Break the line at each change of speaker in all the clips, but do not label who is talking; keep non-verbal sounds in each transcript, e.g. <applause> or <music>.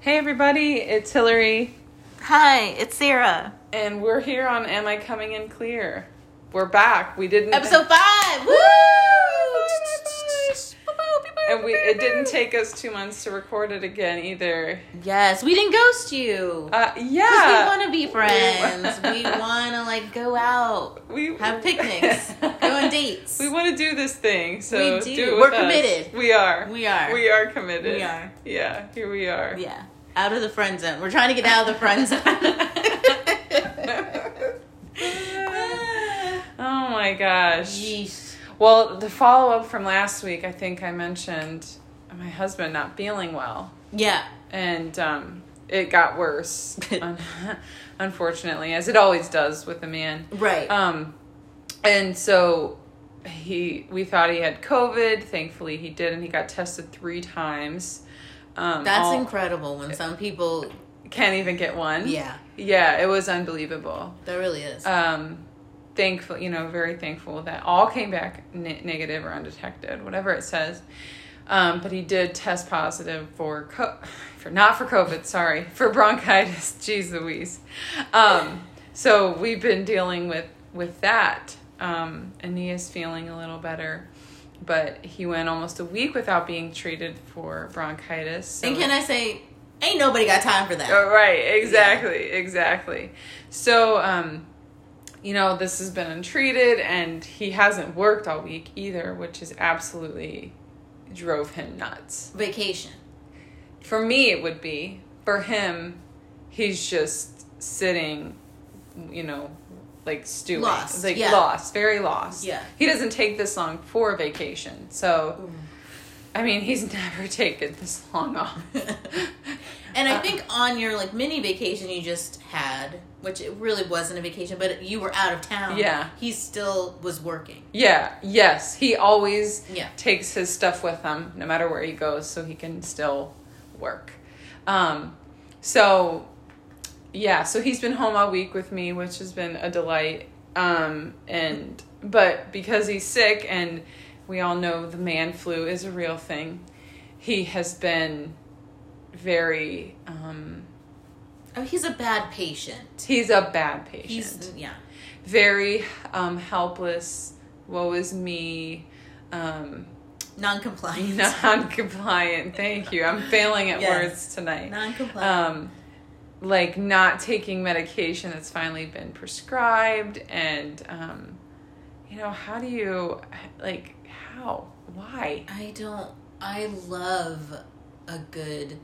Hey everybody, it's Hillary,
Hi, it's Sarah.
and we're here on Am I Coming In Clear? We're back. We didn't
Episode five. Woo!
and we it didn't take us two months to record it again either.
Yes, we didn't ghost you.
Uh,
'Cause we
yeah,
want to
<laughs>
be friends. we want to like go out,
we
have picnics, go on
<laughs>
dates.
We want to do this thing, so
We do.
it
We're
with us.
committed.
We are.
We are.
We are committed.
We are.
Yeah, here we are.
Yeah, out of the friend zone. We're trying to get out of the friend
<laughs>
zone.
Oh my gosh.
Yeesh.
Well, the follow up from last week, I think I mentioned my husband not feeling well,
Yeah.
and um, it got worse, <laughs> un- unfortunately, as it always does with a man.
Right.
Um, and so he, we thought he had COVID. Thankfully, he didn't. He got tested three times. Um,
That's
all-
incredible when some people.
Can't even get one.
Yeah,
yeah, it was unbelievable.
that really is.
um, thankful, you know, very thankful that all came back ne- negative or undetected, whatever it says. Um, but he did test positive for co- <laughs> for not for COVID, sorry, for bronchitis. <laughs> Jeez Louise. Um, so we've been dealing with with that, um, and he is feeling a little better. But he went almost a week without being treated for bronchitis. So
and can I say, ain't nobody got time for that.
Oh, right, exactly, exactly. So, um, you know, this has been untreated, and he hasn't worked all week either, which is absolutely drove him nuts.
Vacation. <laughs>
For me, it would be. For him, he's just sitting, you know, like stewing,
Lost,
like
yeah.
lost, very lost.
Yeah. Mm.
he doesn't take this long for a vacation, so. I mean, he's <laughs> never taken this long
<laughs>
off.
And
Uh-huh.
I think on your like mini vacation you just had, which it really wasn't a vacation, but you were out of town.
Yeah.
he still was working.
Yeah, yes. He always
Yeah.
takes his stuff with him no matter where he goes so he can still work. Um, so, yeah, so he's been home all week with me, which has been a delight. Um, and but because he's sick and we all know the man flu is a real thing, he has been very um
Oh, he's a bad patient.
he's a bad patient
He's yeah,
very um helpless woe is me um
non-compliant.
non-compliant thank you i'm failing at
Yes.
words tonight
<laughs> Non-compliant.
um like not taking medication that's finally been prescribed and um you know how do you like how why <laughs>
I don't. I love a good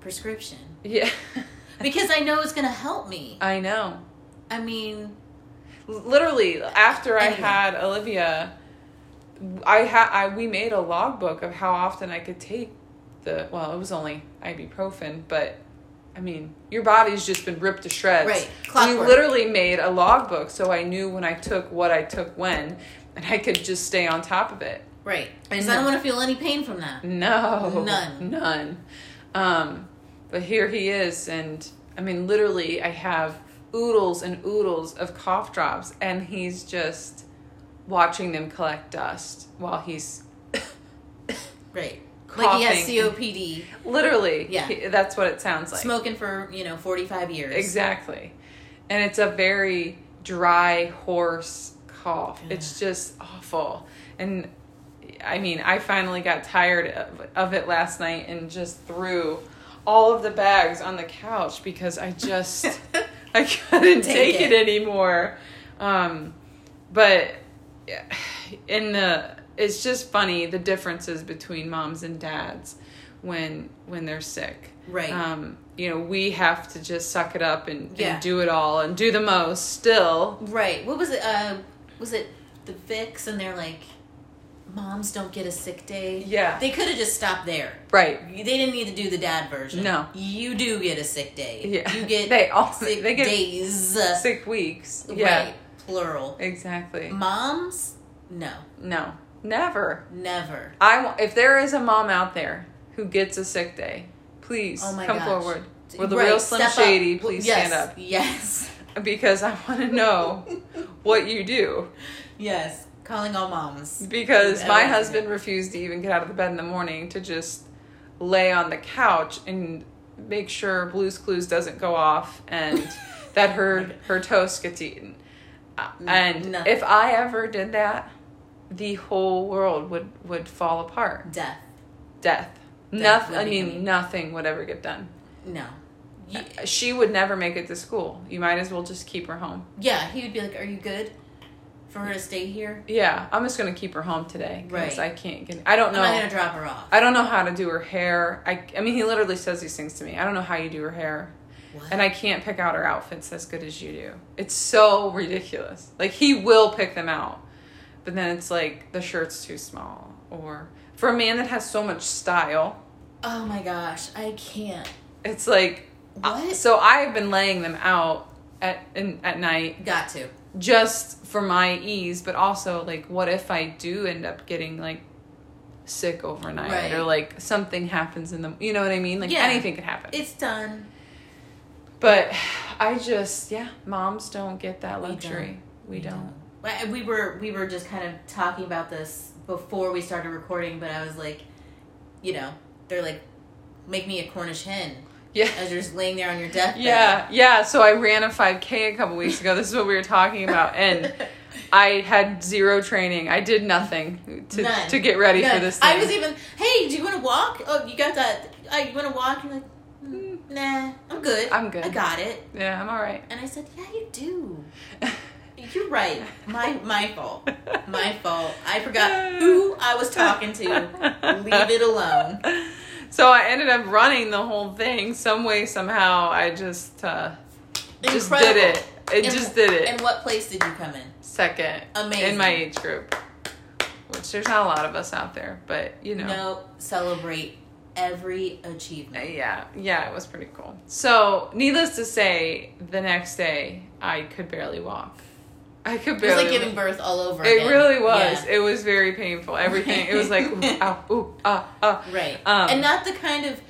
prescription
yeah
because I know it's gonna help me.
i know
I mean,
literally after I
Anyway.
had Olivia, I had I we made a logbook of how often I could take the well, it was only ibuprofen, but I mean, your body's just been ripped to shreds.
Right.
We
Clockwork.
literally made a logbook so I knew when I took what I took when, and I could just stay on top of it.
right? Because
And-
I don't want to feel any pain from that.
No.
None.
None. Um, but here he is, and I mean, literally, I have oodles and oodles of cough drops, and he's just watching them collect dust while he's
Right. Like he has
Coughing.
COPD,
literally.
Yeah.
he- that's what it sounds like.
smoking for you know forty five years.
Exactly. And it's a very dry, hoarse cough. It's just awful. And I mean, I finally got tired of, of it last night and just threw all of the bags on the couch because I
<laughs>
just I couldn't take,
Take
it.
it.
anymore. Um but yeah, in the it's just funny the differences between moms and dads when when they're sick
Right.
um, you know, we have to just suck it up and,
Yeah.
and do it all and do the most still.
Right. What was it? Uh, was it the Vicks? And they're like, moms don't get a sick day.
Yeah.
They could have just stopped there.
Right.
They didn't need to do the dad version.
No.
You do get a sick day.
Yeah.
You
<laughs>
get
They all-
sick
they get
days.
Sick weeks.
Right.
Yeah.
Plural.
Exactly.
Moms? No.
No. Never.
Never.
I wa- if there is a mom out there who gets a sick day, please
Oh my
come
gosh.
forward. We're the
Right,
real Slim
step up.
Shady. Please
yes,
stand
Yes. <laughs>
up because I want to know what you do.
Yes. Calling all moms.
Because my
Yeah.
husband refused to even get out of the bed in the morning to just lay on the couch and make sure Blue's Clues doesn't go off
<laughs>
and that her her toast gets eaten. Uh, And
no.
if I ever did that, the whole world would would fall apart.
Death.
Death.
Death
Nothing.
would
I
be-
mean, nothing would ever get done.
No. You,
She would never make it to school. You might as well just keep her home.
yeah, he would be like, "Are you good for her to stay here?
Yeah, I'm just gonna keep her home today because
Right.
I can't get. I don't
I'm
know.
not gonna drop her off."
I don't know how to do her hair. I, I mean, he literally says these things to me. I don't know how you do her hair.
What?
And I can't pick out her outfits as good as you do. It's so ridiculous. Like, he will pick them out. But then it's like, the shirt's too small. Or, for a man that has so much style,
oh my gosh, I can't.
it's like. I-
What?
so I've been laying them out at, in, at night
Got to.
just for my ease, but also like, what if I do end up getting like sick overnight
Right.
or like something happens in the, you know what I mean? Like
Yeah.
anything could happen.
It's done.
but I just, yeah, moms don't get that
We
luxury. We, don't.
Well, We were we were just kind of talking about this before we started recording, but I was like, you know, they're like, make me a Cornish hen
<laughs>
<laughs>
Yeah.
as you're just laying there on your deathbed.
Yeah, yeah. So I ran a 5K a couple weeks ago. This is what we were talking about.
<laughs>
And I had zero training. I did nothing to,
None.
to get ready
None.
for this
I
thing.
was even, hey, do you want to walk? Oh, you got that? Uh, you want to walk? You're like, "Mm, nah, I'm good.
I'm good."
I got it.
<laughs> yeah, I'm all right.
And I said, yeah, you do. You're right. My my fault.
<laughs>
My fault. I forgot who I was talking to. Leave it alone.
<laughs> So I ended up running the whole thing some way somehow. I just uh, just did
Incredible.
it. It
And-
just did it.
And what place did you come in?
Second in
Amazing.
my age group, which there's not a lot of us out there, but you know, Uh,
No, celebrate every achievement.
yeah, yeah, it was pretty cool. So needless to say, the next day I could barely walk. I could
It was
barely.
like giving birth all over.
it
again.
really was.
Yeah.
It was very painful. Everything. It was
<laughs>
like ooh, ow, ooh, ah, ah.
right,
Um,
and not the kind of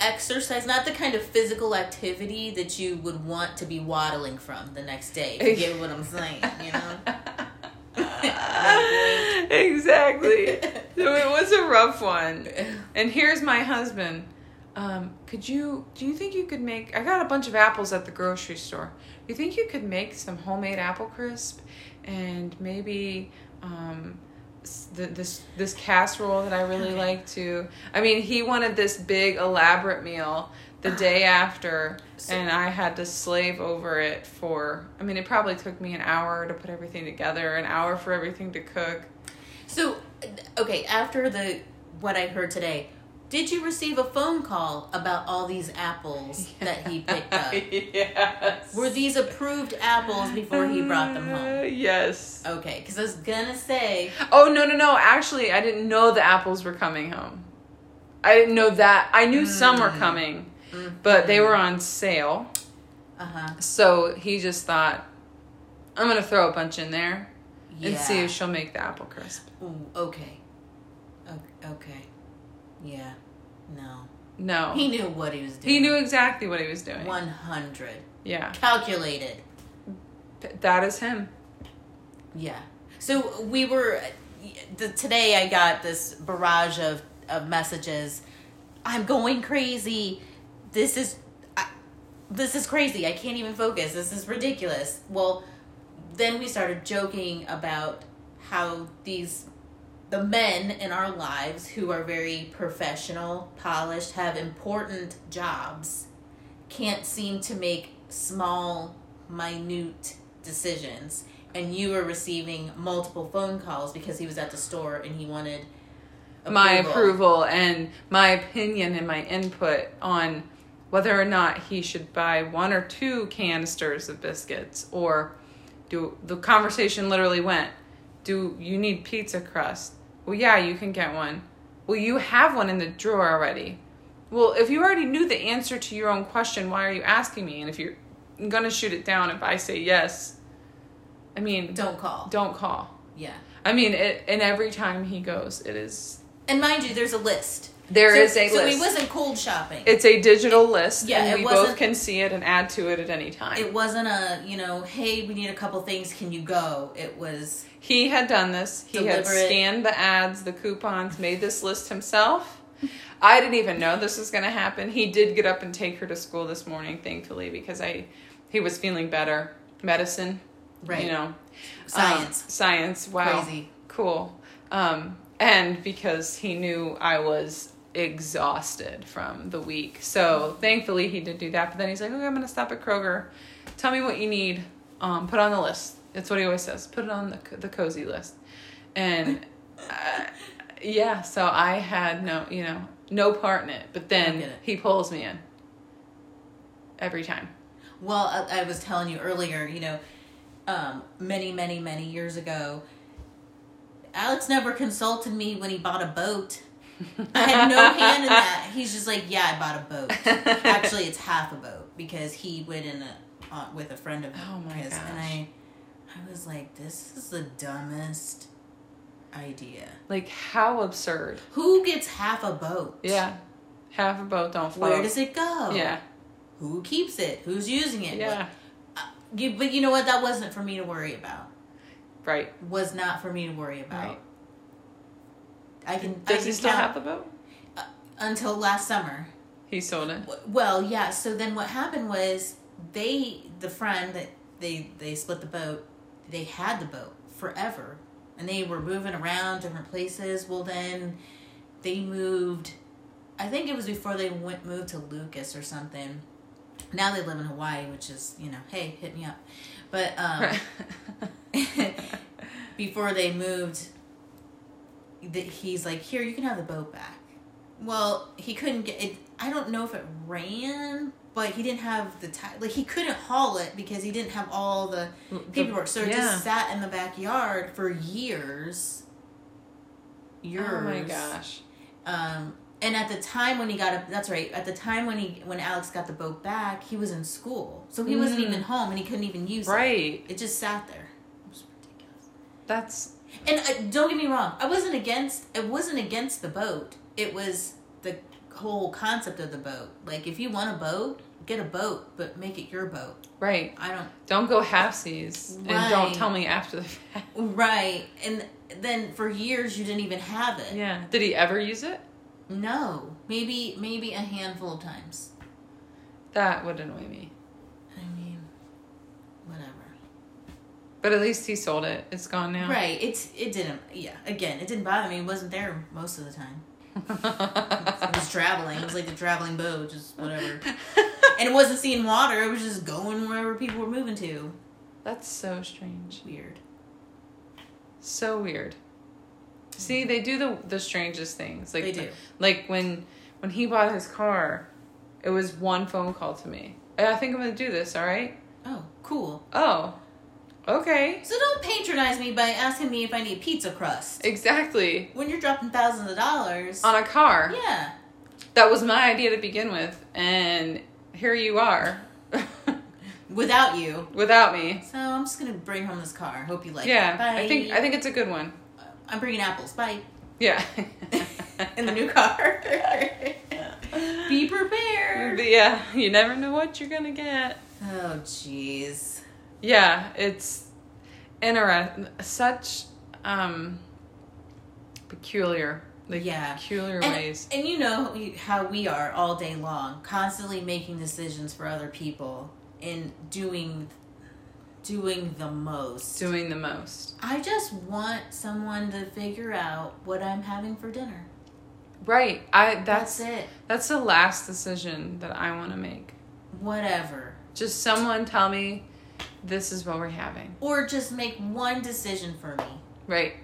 exercise, not the kind of physical activity that you would want to be waddling from the next day. If you get what I'm saying,
<laughs>
you <laughs> know.
exactly. So it was a rough one. And here's my husband. Um, could you do you think you could make I got a bunch of apples at the grocery store. You think you could make some homemade apple crisp and maybe um s- th- this this casserole that I really like to. I mean, he wanted this big elaborate meal the
Uh-huh.
day after, and I had to slave over it for. I mean, it probably took me an hour to put everything together, an hour for everything to cook.
so, okay, after the what I heard today. Did you receive a phone call about all these
<laughs>
apples that he picked up?
yes.
Were these approved apples before he brought them home?
Uh, yes.
Okay, because I was gonna say,
Oh no no no! Actually, I didn't know the apples were coming home. I didn't know that. I knew some
Mm.
were coming, but they were on sale.
uh huh,
So he just thought, I'm gonna throw a bunch in there
yeah,
and see if she'll make the apple crisp.
Ooh, okay, O- okay, yeah, no,
No,
he knew what he was doing.
he knew exactly what he was doing.
one hundred
Yeah,
calculated.
Th- that is him.
Yeah. So we were the, today. I got this barrage of of messages. I'm going crazy. This is I, this is crazy. I can't even focus. This is ridiculous. Well, then we started joking about how these the men in our lives who are very professional, polished, have important jobs can't seem to make small, minute decisions. And you were receiving multiple phone calls because he was at the store and he wanted
My approval and my opinion and my input on whether or not he should buy one or two canisters of biscuits or do the conversation literally went do you need pizza crust well yeah you can get one well you have one in the drawer already well if you already knew the answer to your own question why are you asking me and if you're gonna shoot it down if i say yes i mean
Don't call.
don't call
Yeah.
i mean it, and every time he goes it is
And mind you, there's a list.
there
so,
is a
so
list
he wasn't cold shopping.
it's a digital list
Yeah,
and
it
we both
wasn't-
can see it and add to it at any time
it wasn't a you know hey we need a couple things can you go it was
He had done this. He had
Deliberate.
scanned the ads, the coupons, made this list himself, I didn't even know this was going to happen. He did get up and take her to school this morning, thankfully, because I he was feeling better. Medicine,
Right.
You know,
Science.
Um, science. Wow.
Crazy.
Cool. Um, and because he knew I was exhausted from the week. So thankfully he did do that. But then he's like, okay, I'm going to stop at Kroger. Tell me what you need. Um, put it on the list. That's what he always says. Put it on the, the cozy list. And uh, yeah, so I had no, you know, no part in it. But
I
then
get it.
he pulls me in every time.
Well, I, I was telling you earlier, you know, um, many, many, many years ago, Alex never consulted me when he bought a boat.
<laughs>
I had no hand in that. He's just like, yeah, I bought a boat. Actually, it's half a boat because he went in a, uh, with a friend of
Oh my
his, and
gosh.
I, I was like, this is the dumbest idea.
Like, how absurd.
Who gets half a boat?
Yeah. Half a boat don't float.
Where does it go?
Yeah.
Who keeps it? Who's using it? uh,
Yeah.
You, but you know what? That wasn't for me to worry about.
Right.
was not for me to worry about.
Right.
I can. I
Does
can
he still
count
have the boat?
until last summer.
He sold it.
W- Well, yeah. So then what happened was they, the friend that they they split the boat. They had the boat forever, and they were moving around different places. Well, then they moved. I think it was before they went moved to Lucas or something. Now they live in Hawaii, which is you know, hey, hit me up. But
<laughs>
um, <laughs> before they moved, that he's like, "Here, you can have the boat back." Well, he couldn't get it. I don't know if it ran, but he didn't have the time. Like he couldn't haul it because he didn't have all the paperwork. So it
yeah.
just sat in the backyard for years. Years.
Oh my gosh.
Um, and at the time when he got a, that's right. At the time when he when Alex got the boat back, he was in school, so he wasn't
Mm.
even home, and he couldn't even use it.
Right.
It just sat there. It was ridiculous.
That's
And uh, don't get me wrong, I wasn't against. It wasn't against the boat. It was the whole concept of the boat. Like if you want a boat, get a boat, but make it your boat.
right.
I don't.
Don't go halfsies and
Right.
don't tell me after the fact. <laughs>
Right. And then for years you didn't even have it.
Yeah. Did he ever use it?
No. Maybe maybe a handful of times.
That would annoy me.
I mean, whatever.
But at least he sold it. It's gone now.
Right. It's it didn't. Yeah. Again, it didn't bother me. It wasn't there most of the time. It was traveling. It was like the traveling boat, just whatever. and it wasn't seeing water. It was just going wherever people were moving to.
<laughs> That's so strange.
Weird.
So weird. See, they do the the strangest things. Like
They do.
Like when when he bought his car, it was one phone call to me. I think I'm gonna do this. All right.
Oh, cool.
Oh. Okay.
So don't patronize me by asking me if I need pizza crust
Exactly.
when you're dropping thousands of dollars.
On a car.
yeah.
That was my idea to begin with, and here you are, <laughs>
Without you.
without me.
So I'm just gonna bring home this car. Hope you like
yeah.
it. Bye.
I think I think it's a good one.
I'm bringing
<laughs>
apples. Bye. <laughs>
Yeah.
In the
<laughs>
new car. Be prepared.
But yeah, you never know what you're gonna get.
Oh, jeez.
yeah it's interesting such um peculiar like
Yeah.
peculiar
And,
ways
and you know how we are all day long, constantly making decisions for other people and doing doing the most.
doing the most
I just want someone to figure out what I'm having for dinner.
right i that's
That's it.
that's the last decision that i want to make
Whatever.
just someone tell me this is what we're having
Or just make one decision for me.
right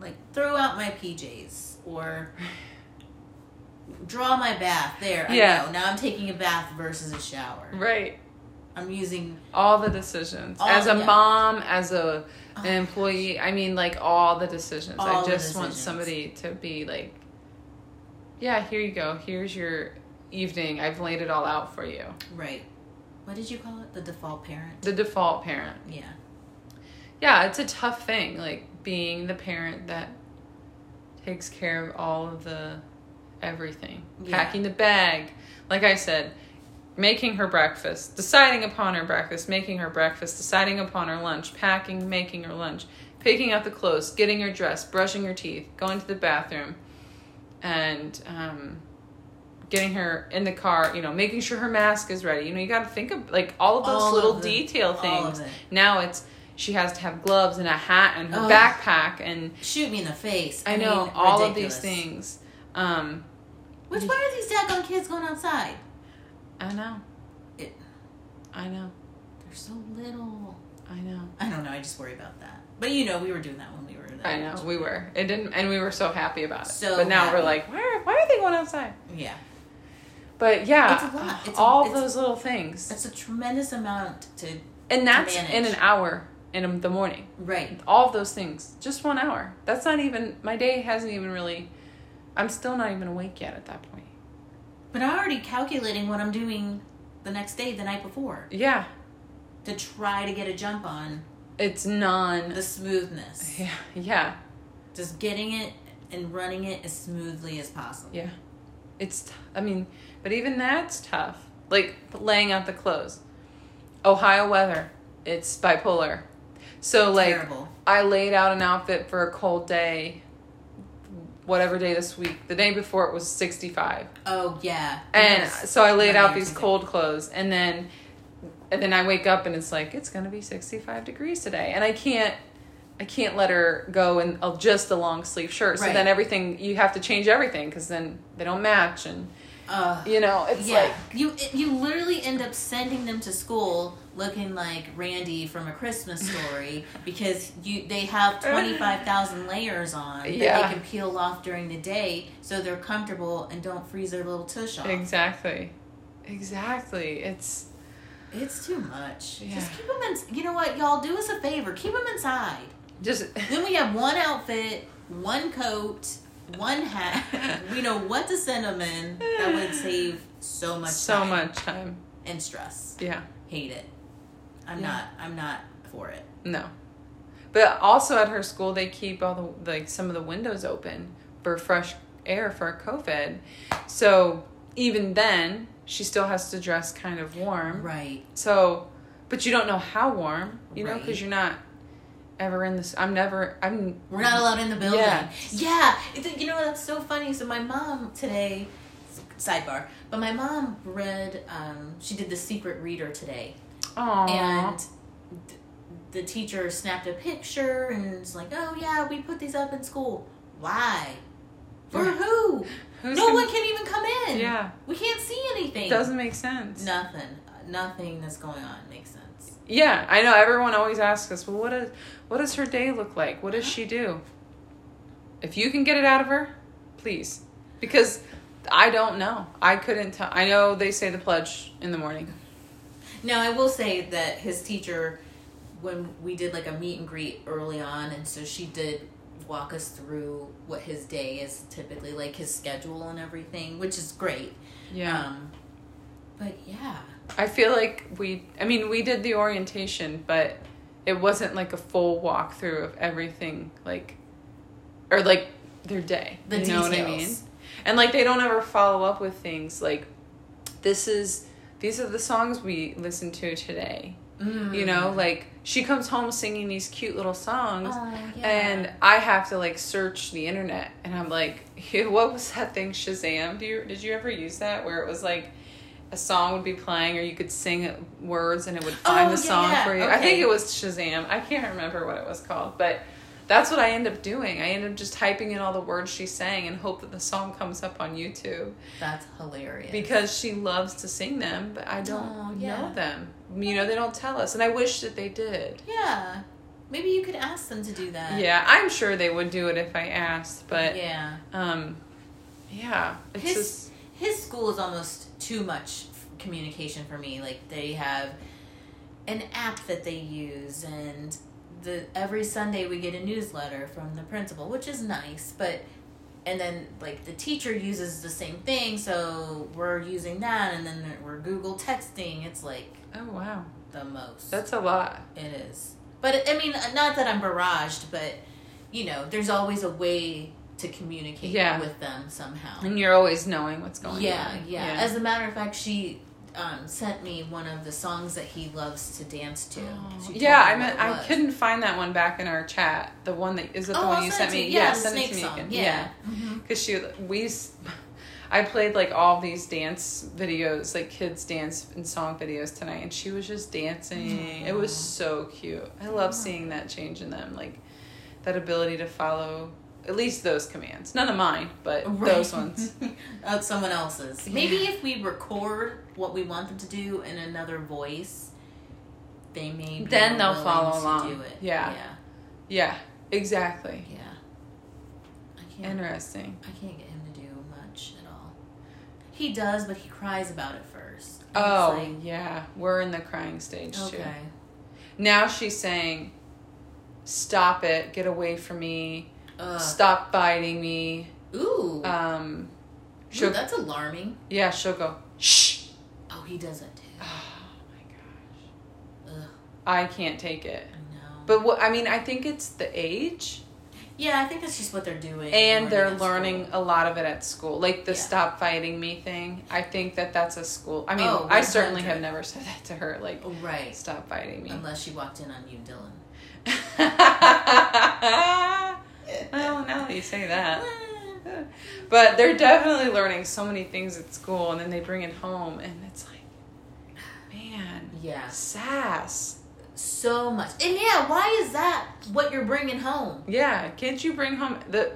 Like throw out my PJs or draw my bath. There,
Yeah.
I know. Now I'm taking a bath versus a shower.
right
I'm using
all the decisions
All-
as a
yeah.
mom as a
Oh,
an employee i mean like all the decisions
All
i
the
just want
decisions.
somebody to be like yeah here you go here's your evening i've laid it all out for you
right. What did you call it? The default parent.
the default parent
Yeah.
yeah it's a tough thing like being the parent that takes care of all of the everything
Yeah.
packing the bag like i said making her breakfast deciding upon her breakfast making her breakfast deciding upon her lunch packing making her lunch picking up the clothes getting her dressed brushing her teeth going to the bathroom and um, getting her in the car, you know, making sure her mask is ready. You know, you got to think of like all of those
All of
little
the-
detail
all of
things.
it.
Now it's she has to have gloves and a hat and her
Ugh.
backpack and
Shoot me in the face.
I,
I,
know
mean,
all
ridiculous.
of these things. Um,
Which why are these daggone kids going outside?
I know,
It,
I know,
they're so little.
I know.
I don't know. I just worry about that. But you know, we were doing that when we were. That
I know we were. It didn't, and we were so happy about it.
So
but now we're
happy.
like, why are, why are they going outside?
Yeah,
But yeah,
It's a lot. It's a-
all
it's-
those little things,
that's a tremendous amount to
and that's in
manage.
an hour in the morning.
right.
All of those things, just one hour. That's not even my day. Hasn't even really. I'm still not even awake yet at that point.
But I'm already calculating what I'm doing the next day, the night before,
Yeah,
to try to get a jump on
it's non.
the smoothness.
Yeah, yeah,
Just getting it and running it as smoothly as possible.
yeah. It's. T- I mean, but even that's tough. Like laying out the clothes. Ohio weather. It's bipolar. So like.
Terrible.
I laid out an outfit for a cold day, whatever day this week. The day before it was 65.
Oh yeah.
And
Yes.
so I laid
Monday
out
or
these
Tuesday.
cold clothes and then and then I wake up and it's like it's going to be 65 degrees today and I can't I can't let her go in a- just a long sleeve shirt. So
Right.
then everything you have to change everything cuz then they don't match and
Ugh.
you know, it's
Yeah,
like
you you literally end up sending them to school looking like Randy from A Christmas
<laughs>
Story because you they have twenty five thousand layers on that
Uh, Yeah.
they can peel off during the day so they're comfortable and don't freeze their little tush off.
exactly. Exactly. It's
It's too much.
Yeah.
Just keep them in. You know what, y'all do us a favor. Keep them inside.
just <laughs>
Then we have one outfit, one coat,
<laughs>
one hat. we know what to send them in. That would save so much
so
time
much time.
and stress.
Yeah.
hate it. I'm
Yeah.
not. I'm not for it.
No. But also at her school, they keep all the like some of the windows open for fresh air for COVID. So even then, she still has to dress kind of warm.
Right.
So, but you don't know how warm, you know, know,
Right.
because you're not ever in this. I'm never. I'm.
We're not allowed in the building.
Yeah.
Yeah. It's- you know that's so funny. So my mom today, sidebar, but my mom read. Um, she did the secret reader today,
Aww.
and th- the teacher snapped a picture and it's like, "Oh yeah, we put these up in school. Why? For
Yeah.
who?
Who's
no
gonna-
one can even come in.
Yeah.
We can't see anything.
Doesn't make sense.
nothing. Nothing that's going on makes sense.
Yeah, I know. Everyone always asks us, "Well, what is what does her day look like? What does
Uh-huh.
she do?" If you can get it out of her, please, because I don't know. I couldn't tell. I know they say the pledge in the morning.
Now I will say that his teacher, when we did like a meet and greet early on, and so she did walk us through what his day is typically like his schedule and everything, which is great. Um, but yeah,
I feel like we. I mean, we did the orientation, but it wasn't like a full walkthrough of everything, like, or like their day.
The
you know what I mean?
details.
And like they don't ever follow up with things like, this is these are the songs we listened to today.
mm.
You know, like she comes home singing these cute little songs,
Oh, yeah.
and I have to like search the internet, and I'm like, <laughs> what was that thing Shazam? Do you did you ever use that where it was like a song would be playing, or you could sing words and it would find
Oh,
the
yeah,
song
yeah.
for you? I think
Okay.
it was Shazam. I can't remember what it was called, but that's what I end up doing. I end up just typing in all the words she sang and hope that the song comes up on YouTube
that's hilarious.
because she loves to sing them, but I don't
Oh, yeah.
know them. You know, they don't tell us, and I wish that they did.
yeah, maybe you could ask them to do that.
Yeah, I'm sure they would do it if I asked, but
yeah.
um, yeah, it's
His-
just
his school is almost too much f- communication for me like they have an app that they use and the every sunday we get a newsletter from the principal which is nice but and then like the teacher uses the same thing so we're using that and then we're google texting it's like
oh wow,
the most
that's a lot.
it is but i mean not that i'm barraged but you know there's always a way to communicate
Yeah.
with them somehow
Oh, And you're always knowing what's going
yeah,
on.
yeah, As a matter of fact, she um, sent me one of the songs that he loves to dance to.
Oh.
She told
yeah,
me
I
what
meant
it
I
was.
couldn't find that one back in our chat. The one that is it the
Oh,
one
I'll
you
send
sent
it to
me?
you. Yeah, the
send it
snake
to me
song.
again.
Yeah.
because she we s- I played like all these dance videos, like kids dance and song videos tonight, and she was just dancing. It was so cute. I love seeing that change in them, like that ability to follow at least those commands. None of mine, but
Right.
those
<laughs>
ones. <laughs>
of someone else's. Maybe if we record what we want them to do in another voice, they may be
Then they'll
willing
follow
to
along.
Do it.
Yeah. Yeah, exactly.
yeah, yeah. I can't.
Interesting.
I can't get him to do much at all. He does, but he cries about it first. And it's
Oh yeah, we're in the crying stage
like,
too.
okay.
Now she's saying, "Stop it! Get away from me!
Ugh.
Stop biting me!"
Ooh,
Um,
Ooh,
she'll
that's alarming.
yeah, she'll go. Shh. <sighs>
Oh, he does it too.
Oh my gosh,
Ugh,
I can't take it.
no.
But what I mean, I think it's the age,
yeah, I think that's just what they're doing,
and they're
at school.
learning a lot of it at school, like the
Yeah.
"stop fighting me" thing. I think that that's a school. I mean,
Oh,
I certainly have
100.
never said that to her, like
Oh, right?
"stop fighting me."
Unless she walked in on you, Dylan.
<laughs> oh, now that you say that.
<laughs>
But they're definitely learning so many things at school, and then they bring it home, and it's like, man,
Yes,
sass.
so much. And yeah, why is that what you're bringing home?
Yeah, can't you bring home the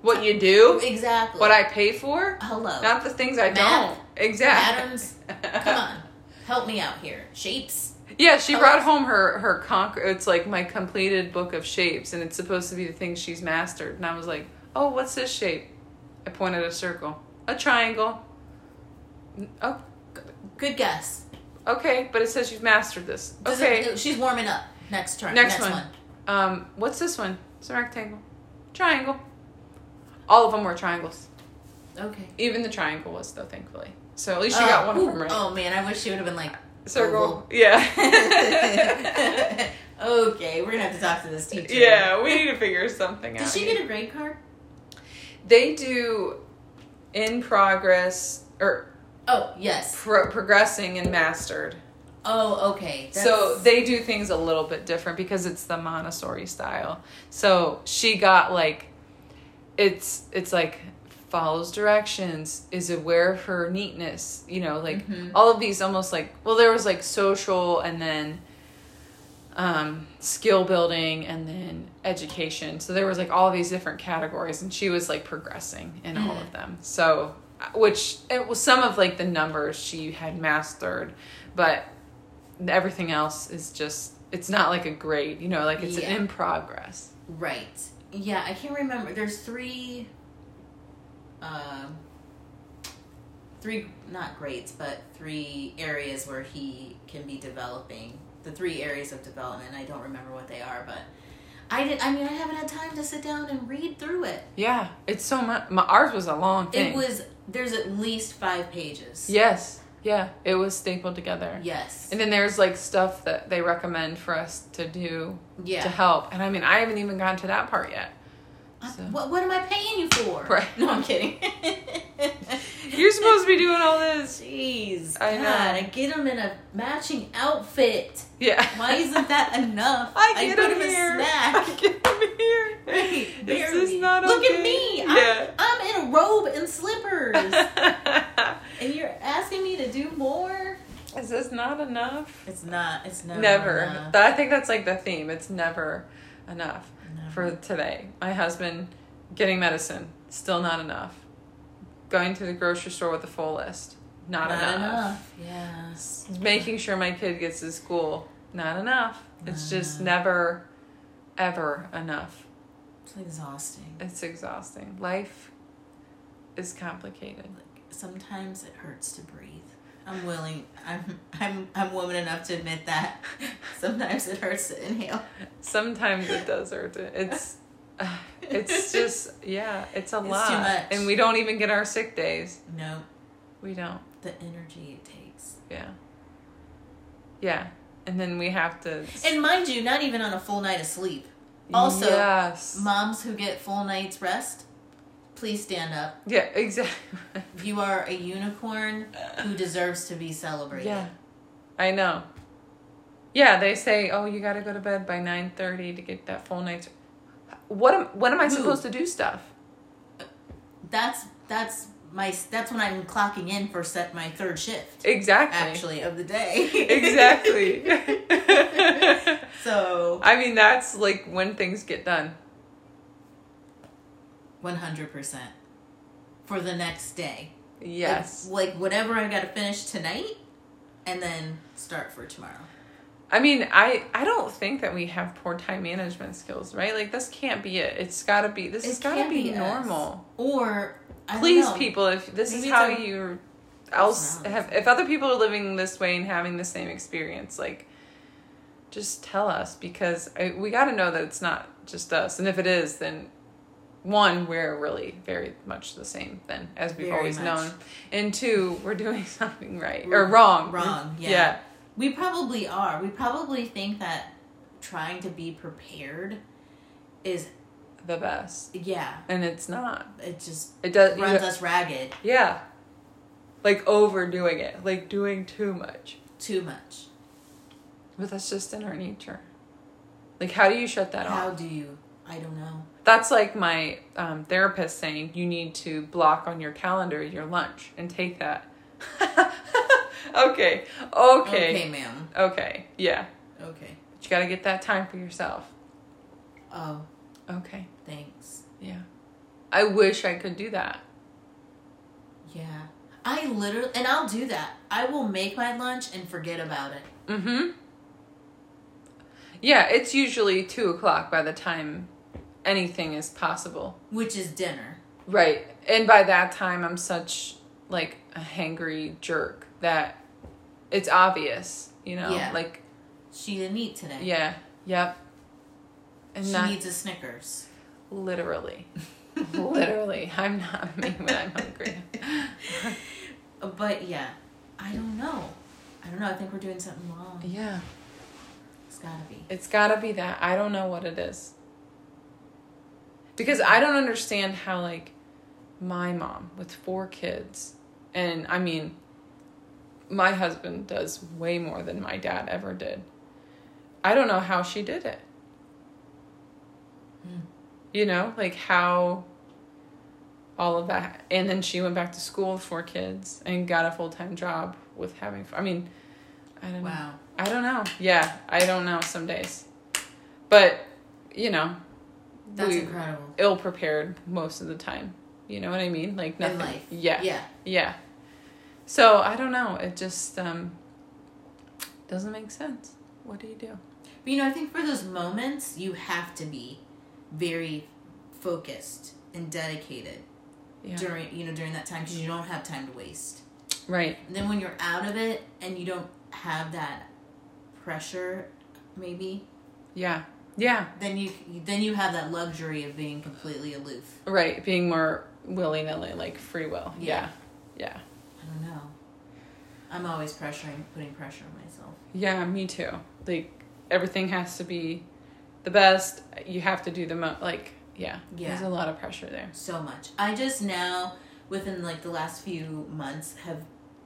what you do,
Exactly.
what I pay for,
Hello.
not the things I
Math.
don't. Exactly.
Patterns. Come on, help me out here. Shapes.
Yeah,
Oh,
she brought home her her conc. It's like my completed book of shapes, and it's supposed to be the things she's mastered. And I was like, "Oh, what's this shape?" I pointed a circle, a triangle. N- Oh,
Good guess.
okay, but it says you've mastered this.
Does
okay,
it- she's warming up. Next turn.
Next
Next,
one.
one.
um, what's this one? It's a rectangle, triangle. All of them were triangles.
Okay.
Even the triangle was though, thankfully. So at least she got one of
ooh,
them right.
Oh man, I wish she would have been like
Circle.
oval.
<laughs>
<laughs>
Yeah.
okay, we're gonna have to talk to this teacher.
yeah, we need to figure something out.
Did she
here.
get a grade card?
They do in progress or
Oh yes.
pro- progressing and mastered.
Oh okay.
So
That's-
they do things a little bit different because it's the Montessori style. So she got like it's it's like follows directions, is aware of her neatness, you know, like all of these almost like well there was like social and then um skill building and then education. So there was like all these different categories and she was like progressing in all of them. So uh, which it was some of like the numbers she had mastered, but everything else is just it's not like a grade you know like it's
Yeah.
in progress
right. Yeah, I can't remember. There's three. Um. Three not grades, but three areas where he can be developing the three areas of development. I don't remember what they are, but I did. I mean, I haven't had time to sit down and read through it.
yeah it's so much my ours was a long thing
It was there's at least five pages.
yes yeah it was stapled together
Yes.
and then there's like stuff that they recommend for us to do
Yeah.
to help and i mean i haven't even gotten to that part
<laughs>
yet
I-
So-
What What am I paying you for?
Right.
<laughs> No, I'm
<laughs>
kidding.
you're supposed to be doing all this
Jeez,
I know.
God, I get him in a matching outfit.
yeah
Why isn't that enough?
<laughs> i get
put
him
him
here
a
i <laughs>
snack.
get him here
Right, <laughs>
Is
there
this
we-
not
Look
okay?
at me.
yeah
I'm, I'm in a robe and
<laughs>
slippers, and you're asking me to do more.
is this not enough
It's not. It's never.
never.
enough.
That- I think that's like the theme. It's never enough
Never.
for today. My husband getting medicine, still not enough. Going to the grocery store with a full list, not,
not
enough.
enough. Yeah.
Making sure my kid gets to school, not enough. It's
Not
just
enough.
never, ever enough.
It's exhausting.
It's exhausting. Life is complicated.
Like, sometimes it hurts to breathe. I'm willing. I'm I'm I'm woman enough to admit that. <laughs> Sometimes it hurts to inhale.
Sometimes it does hurt. to- It's
<laughs>
it's just yeah, it's a
It's too
lot,
much.
and we don't even get our sick days.
No,
We don't.
the energy it takes.
Yeah. Yeah. And then we have to.
And mind you, not even on a full night of sleep. Also,
yes.
moms who get full nights rest Please stand up.
Yeah,
<laughs>
exactly.
You are a unicorn who deserves to be celebrated.
yeah, I know. Yeah, they say, oh, you got to go to bed by nine thirty to get that full night's. What am when am I
Who?
supposed to do stuff?
That's that's my that's when I'm clocking in for set my third shift
Exactly.
actually of the day.
<laughs> Exactly.
<laughs>
<laughs>
so
I mean, that's like when things get done.
one hundred percent for the next day.
Yes.
Like, like whatever I got to finish tonight, and then start for tomorrow.
I mean, I I don't think that we have poor time management skills, right? Like this can't be it. It's got to be. This has
It
got to
can't
be,
be us.
normal.
Or I don't
Please,
know.
people, if this
Maybe
is
it's
how
our
you else
personalities.
have, if other people are living this way and having the same experience, like, just tell us because I, we got to know that it's not just us. And if it is, then one, we're really very much the same then as we've
Very
always
much.
known, and two, we're doing <laughs> something right
We're
or wrong. <laughs>
wrong, yeah.
yeah.
We probably are. We probably think that trying to be prepared is
The best,
yeah.
and it's not.
It just
It does. you
runs
know-
us ragged
Yeah. Like overdoing it, like doing too much.
too much.
But that's just in our nature. Like, how do you shut that
How
off?
do you? I don't know.
That's like my um, therapist saying you need to block on your calendar your lunch and take that. <laughs> okay. Okay.
Okay, ma'am.
Okay. Yeah.
Okay.
But you got to get that time for yourself.
Oh,
Okay.
thanks.
Yeah. I wish I could do that.
Yeah. I literally, and I'll do that. I will make my lunch and forget about it.
Mm hmm. Yeah, it's usually two o'clock by the time anything is possible.
Which is dinner.
Right. And by that time I'm such like a hangry jerk that it's obvious, you know?
Yeah.
Like
She didn't eat today.
yeah. Yep. And
She
that
needs a Snickers. <laughs>
literally. <laughs> literally. I'm not <laughs> me when I'm hungry.
Uh, But yeah, I don't know. I don't know. I think we're doing something wrong.
Yeah.
It's gotta be.
It's gotta be that. I don't know what it is. Because I don't understand how, like, my mom with four kids, and I mean, my husband does way more than my dad ever did. I don't know how she did it.
Hmm.
You know, like how all of that. And then she went back to school with four kids and got a full time job with having, I mean, I don't know.
Wow.
I don't know. Yeah, I don't know some days. But, you know,
That's
we
incredible.
ill prepared most of the time. You know what I mean? Like nothing.
In life.
Yeah.
Yeah.
Yeah. So, I don't know. It just um doesn't make sense. What do you do?
But you know, I think for those moments, you have to be very focused and dedicated
Yeah.
during you know during that time because you don't have time to waste.
Right.
And then when you're out of it and you don't have that pressure, maybe
Yeah. Yeah.
then you then you have that luxury of being completely aloof.
Right. Being more willy nilly, like free will. Yeah.
Yeah.
Yeah.
I don't know. I'm always pressuring, putting pressure on myself.
Yeah, me too. Like everything has to be the best. You have to do the most. Like, yeah.
Yeah.
There's a lot of pressure there.
so much. I just now, within like the last few months, have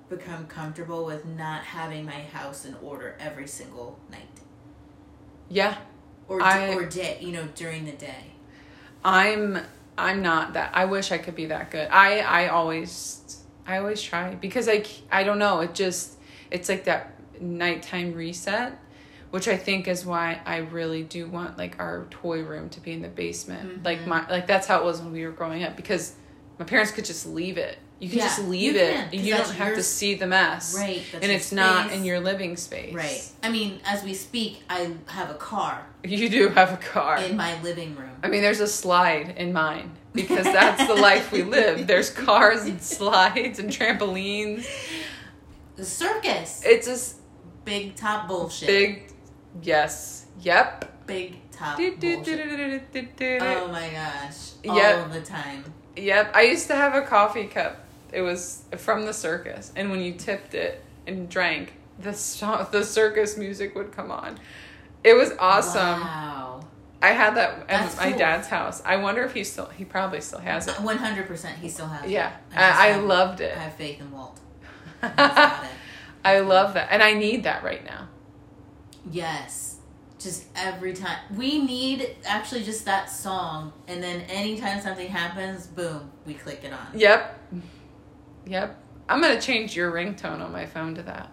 become comfortable with not having my house in order every single night
Yeah.
or
I-
or day. You know, during the day.
I'm I'm not that. I wish I could be that good. I I always I always try because I c- I don't know. It just it's like that nighttime reset, which I think is why I really do want like our toy room to be in the basement.
Mm-hmm.
Like my like that's how it was when we were growing up because my parents could just leave it. You can
Yeah,
just leave
you
it.
can, 'cause
you don't
that's
have
your-
to see the mess.
Right, that's
and
your
it's not
space.
in your living space.
Right. I mean, as we speak, I have a car
<laughs> You do have a car.
in my living room.
I mean, there's a slide in mine because that's the life we
<laughs>
live. There's cars and slides and trampolines.
The circus.
It's just
Big top bullshit.
big. Yes. Yep.
Big top bullshit. Oh
Yep.
my gosh.
Yeah.
All the time.
I used to have a coffee cup. It was from the circus, and when you tipped it and drank, the so- the circus music would come on. It was awesome.
Wow.
I had that at
That's
my
cool.
dad's house. I wonder if he still he probably still has it.
One hundred percent, he still has. it.
Yeah,
I just
I, I
have-
loved
I
it.
have faith in
<laughs>
Walt. He's got
I
it.
love that, and I need that right now.
Yes. Just every time. We need actually just that song, and then anytime something happens, boom, we click it on.
Yep, yep. I'm gonna change your ringtone on my phone to that.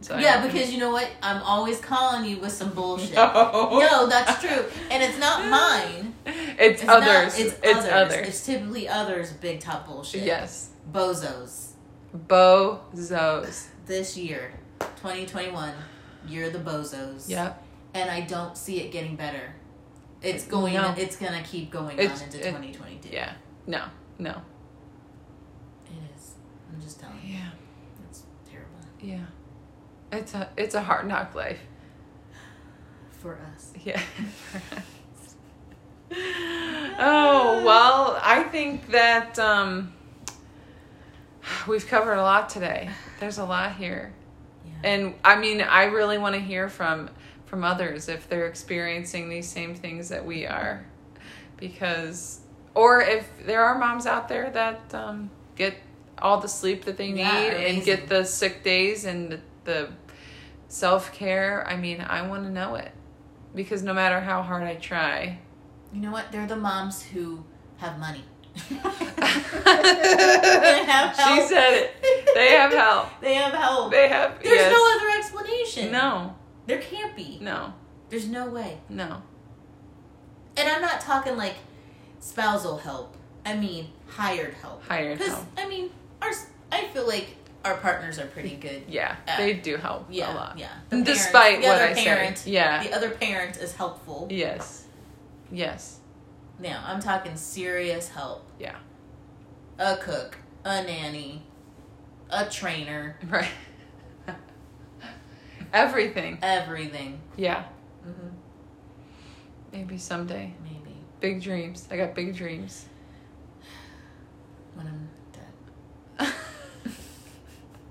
So I
Yeah,
don't-
because you know what? I'm always calling you with some
<laughs>
bullshit.
No.
<laughs> No, that's true. And it's not
<laughs>
mine.
it's,
not-
others. it's, others.
It's typically others big top bullshit.
Yes,
Bozos.
bozos.
This year, 2021, you're the bozos.
Yep.
And I don't see it getting better. It's going
No.
it's gonna keep going
It's-
on into
it-
2022.
Yeah. No. No.
It is. I'm just telling you.
Yeah.
It's terrible.
Yeah. It's a it's a hard knock life.
For us. <laughs>
Yeah. <gasps> <laughs> oh, well, I think that um, we've covered a lot today. There's a lot here.
Yeah.
And I mean, I really want to hear from from others if they're experiencing these same things that we are because or if there are moms out there that um, get all the sleep that they need
Yeah,
and
amazing.
get the sick days and the, the self-care i mean i want to know it because no matter how hard i try
You know what? They're the moms who
<laughs>
have money. have
she
help.
said it
<laughs>
they have help
They have help.
they have
There's
yes.
no other explanation.
no
There can't be.
no
There's no way.
no
And I'm not talking like spousal help. I mean hired help.
hired
Because
help
I mean, our s- I feel like our partners are pretty good.
yeah
Uh,
they do help
Yeah,
a lot
yeah.
And
The parent-
despite
the
what
other
i
parent,
say yeah
the other parent is helpful.
yes yes
Now I'm talking serious help.
yeah <laughs>
a cook, a nanny, a trainer,
right everything
everything.
yeah
Mm-hmm.
maybe someday
Maybe
big dreams i got big
<laughs>
dreams
when I'm dead <laughs>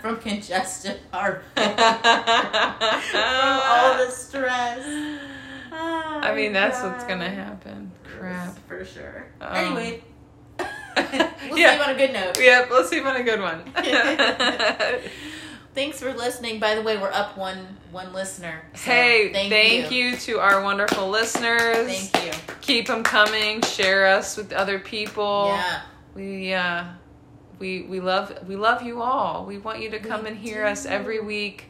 from congestive
<laughs>
heart from all the stress. Ah.
I mean, that's what's
Oh
gonna happen. Crap.
for sure.
Um,
anyway,
<laughs>
we'll
Yeah.
leave on a good note.
Yep, let's see on a good one.
<laughs>
<laughs>
Thanks for listening. By the way, we're up one one listener. so
hey, thank, you. to our wonderful listeners.
Thank you.
Keep them coming. Share us with other people.
Yeah.
We uh, we we love we love you all. We want you to come
We
and hear
do.
us every week.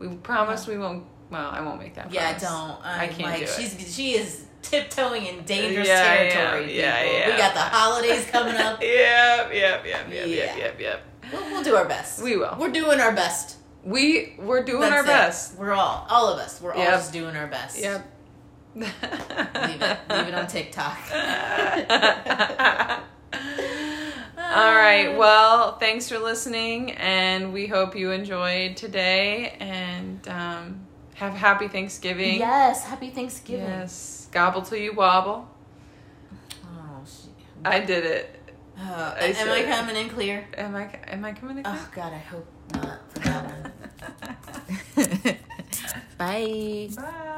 We promise we won't. Well, I won't make that.
Yeah,
promise.
don't. I,
I can't
like,
do it.
She's she is tiptoeing in dangerous
Yeah, yeah,
territory.
yeah,
people.
yeah.
We got the holidays coming
<laughs>
up.
Yep, yep, yep, yep, yep,
Yeah.
yep, yep.
We'll, we'll do our best.
We will.
We're doing our best.
We we're doing
That's
our
it.
best.
We're all, all of us. We're all
Yep.
just doing our best.
<laughs> Yep. Leave
Leave it. Leave it on TikTok.
<laughs>
<laughs>
All right. Well, thanks for listening, and we hope you enjoyed today. And um, have happy Thanksgiving.
Yes. Happy Thanksgiving.
Yes. Gobble till you wobble.
Oh, she,
I did it.
oh,
I
am I
said-
coming in clear?
Am I? Am I coming? in?
Oh God,
<laughs>
I hope not for that one. <laughs> Bye.
Bye.